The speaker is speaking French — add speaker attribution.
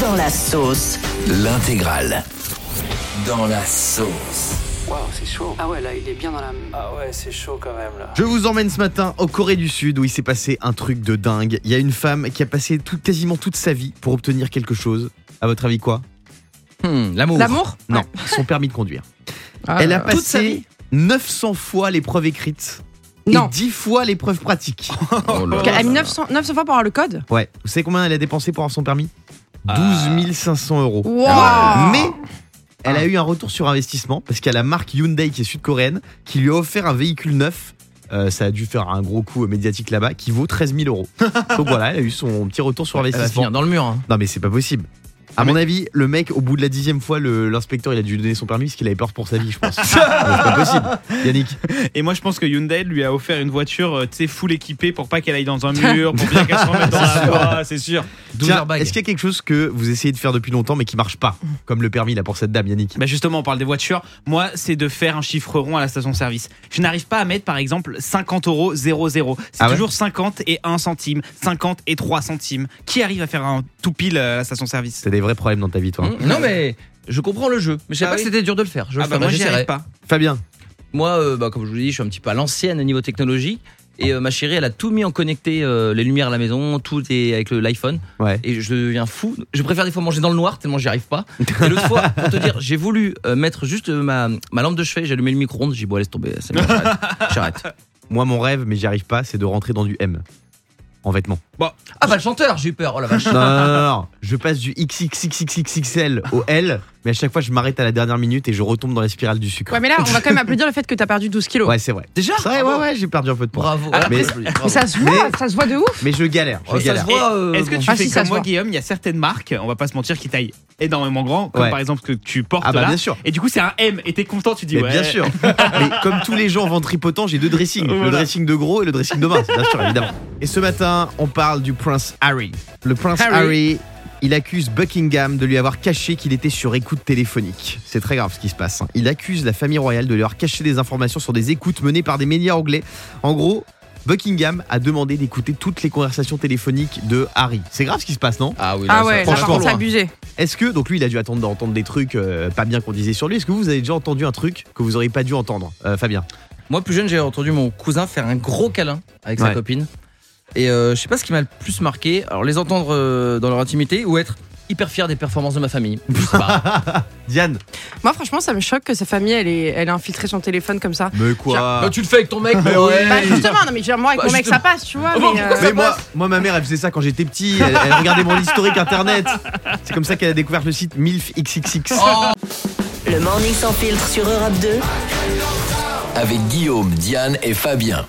Speaker 1: Dans la sauce.
Speaker 2: L'intégrale. Dans la sauce.
Speaker 3: Waouh, c'est chaud.
Speaker 4: Ah ouais, là, il est bien dans la.
Speaker 3: Ah ouais, c'est chaud quand même là.
Speaker 5: Je vous emmène ce matin en Corée du Sud où il s'est passé un truc de dingue. Il y a une femme qui a passé tout- quasiment toute sa vie pour obtenir quelque chose. À votre avis quoi
Speaker 2: Hmm, L'amour.
Speaker 6: L'amour
Speaker 5: Non, son permis de conduire.
Speaker 2: Ah,
Speaker 5: Elle a
Speaker 6: Toute sa
Speaker 5: passé
Speaker 6: vie
Speaker 5: 900 fois l'épreuve écrite
Speaker 6: Non.
Speaker 5: et 10 fois l'épreuve pratique.
Speaker 2: oh là
Speaker 6: Elle
Speaker 2: là
Speaker 6: a mis
Speaker 2: là.
Speaker 6: 900, 900 fois pour avoir le code
Speaker 5: Ouais. Vous savez combien elle a dépensé pour avoir son permis 12 500 euros.
Speaker 6: Wow.
Speaker 5: Mais elle a eu un retour sur investissement parce qu'il y a la marque Hyundai qui est sud-coréenne qui lui a offert un véhicule neuf. Euh, ça a dû faire un gros coup médiatique là-bas qui vaut 13 000 euros. Donc voilà, elle a eu son petit retour sur
Speaker 2: Elle va
Speaker 5: investissement.
Speaker 2: finir dans le mur. hein.
Speaker 5: Non mais c'est pas possible. À mon avis, le mec, au bout de la dixième fois, le- l'inspecteur, il a dû lui donner son permis parce qu'il avait peur pour sa vie, je pense. c'est pas possible, Yannick.
Speaker 7: Et moi, je pense que Hyundai lui a offert une voiture, euh, tu sais, full équipée pour pas qu'elle aille dans un mur, pour bien qu'elle se remette dans la voie, c'est sûr.
Speaker 2: 12
Speaker 5: Tiens,
Speaker 2: airbags.
Speaker 5: Est-ce qu'il y a quelque chose que vous essayez de faire depuis longtemps mais qui marche pas
Speaker 2: Mm.
Speaker 5: Comme le permis là pour cette dame, Yannick.
Speaker 7: Bah justement, on parle des voitures. Moi, c'est de faire un chiffre rond à la station-service. Je n'arrive pas à mettre, par exemple, 50 euros 00. C'est
Speaker 5: Ah ouais
Speaker 7: toujours 50 et 1 centime, 50 et 3 centimes. Qui arrive à faire un tout pile euh, à la station-service
Speaker 5: C'est des vrais problèmes dans ta vie, toi. hein.
Speaker 2: Hmm, Non mais je comprends le jeu, mais je savais
Speaker 7: Ah
Speaker 2: pas
Speaker 7: oui.
Speaker 2: que c'était dur de le faire. Je le
Speaker 7: Ah bah
Speaker 2: ferai,
Speaker 7: moi, j'y
Speaker 2: j'essaierai.
Speaker 7: arrive pas.
Speaker 5: Fabien,
Speaker 2: Moi, euh, bah, comme je vous l'ai dit, je suis un petit peu à l'ancienne au niveau technologie. Et euh, ma chérie, elle a tout mis en connecté, euh, les lumières à la maison, tout est avec le- l'iPhone.
Speaker 5: ouais.
Speaker 2: Et je deviens fou. Je préfère des fois manger dans le noir tellement j'y arrive pas. Et l'autre fois, pour te dire, j'ai voulu euh, mettre juste euh, ma, ma lampe de chevet, j'ai allumé le micro-ondes, j'ai dit, bon, laisse tomber, c'est bon, j'arrête. j'arrête.
Speaker 5: Moi, mon rêve, mais j'y arrive pas, c'est de rentrer dans du M. En vêtements.
Speaker 2: Ah bah le chanteur, j'ai eu peur, oh la vache.
Speaker 5: Non, non, non, non, non. Je passe du XXXXXXL au L, mais à chaque fois, je m'arrête à la dernière minute et je retombe dans la spirale du sucre.
Speaker 6: Ouais, mais là, on va quand même applaudir le fait que t'as perdu 12 kilos.
Speaker 5: Ouais, c'est vrai.
Speaker 2: Déjà
Speaker 5: C'est vrai, ouais, ouais, j'ai perdu un peu de poids.
Speaker 2: Bravo. voilà,
Speaker 5: mais-
Speaker 2: bravo,
Speaker 6: Mais
Speaker 2: bravo.
Speaker 6: ça se voit,
Speaker 5: Mais-
Speaker 6: ça se voit de ouf.
Speaker 5: Mais je galère, je
Speaker 2: Oh, ça
Speaker 5: galère.
Speaker 2: se voit. euh,
Speaker 7: Est-ce que
Speaker 2: bon.
Speaker 7: tu
Speaker 6: Ah
Speaker 7: fais
Speaker 6: si, ça
Speaker 7: comme
Speaker 6: se
Speaker 7: moi,
Speaker 6: voit.
Speaker 7: Guillaume Il y a certaines marques, on va pas se mentir, qui taillent énormément grand, comme
Speaker 5: Ouais.
Speaker 7: par exemple ce que tu portes
Speaker 5: Ah bah
Speaker 7: là.
Speaker 5: bien sûr.
Speaker 7: Et du coup, c'est un M. Et t'es content, tu dis
Speaker 5: Mais
Speaker 7: ouais.
Speaker 5: bien sûr. Mais comme tous les gens ventripotent, j'ai deux dressings. Le
Speaker 7: Voilà.
Speaker 5: dressing de gros et le dressing de mince, bien sûr, évidemment. Et ce matin, on parle du prince Harry. Le prince Harry,
Speaker 7: Harry.
Speaker 5: il accuse Buckingham de lui avoir caché qu'il était sur écoute téléphonique. C'est très grave ce qui se passe. hein. Il accuse la famille royale de lui avoir caché des informations sur des écoutes menées par des médias anglais. En gros, Buckingham a demandé d'écouter toutes les conversations téléphoniques de Harry. C'est grave ce qui se passe, non
Speaker 2: Ah oui, là,
Speaker 6: Ah
Speaker 2: ça-
Speaker 6: ouais, là,
Speaker 2: franchement,
Speaker 6: par contre, c'est
Speaker 2: loin.
Speaker 6: abusé.
Speaker 5: Est-ce que, donc lui, il a dû attendre d'entendre des trucs euh, pas bien qu'on disait sur lui. Est-ce que vous avez déjà entendu un truc que vous auriez pas dû entendre, euh, Fabien
Speaker 2: Moi, plus jeune, j'ai entendu mon cousin faire un gros câlin avec
Speaker 5: Ouais.
Speaker 2: sa copine. Et euh, je sais pas ce qui m'a le plus marqué. Alors, les entendre euh, dans leur intimité ou être hyper fier des performances de ma famille. Je sais pas.
Speaker 5: Diane
Speaker 6: Moi, franchement, ça me choque que sa famille, elle ait, elle ait infiltré son téléphone comme ça.
Speaker 5: Mais quoi
Speaker 2: Bah, tu le fais avec ton mec, mais
Speaker 6: Bah, justement, non, mais genre, moi, avec
Speaker 2: Bah,
Speaker 6: mon mec,
Speaker 2: justement.
Speaker 6: ça passe, tu vois.
Speaker 2: Ah bon,
Speaker 6: mais, euh,
Speaker 5: mais moi, moi, ma mère, elle faisait ça quand j'étais petit. Elle, elle regardait mon historique internet. C'est comme ça qu'elle a découvert le site MILFXXX.
Speaker 2: Oh,
Speaker 1: Le morning sans filtre sur Europe 2.
Speaker 2: Avec Guillaume, Diane et Fabien.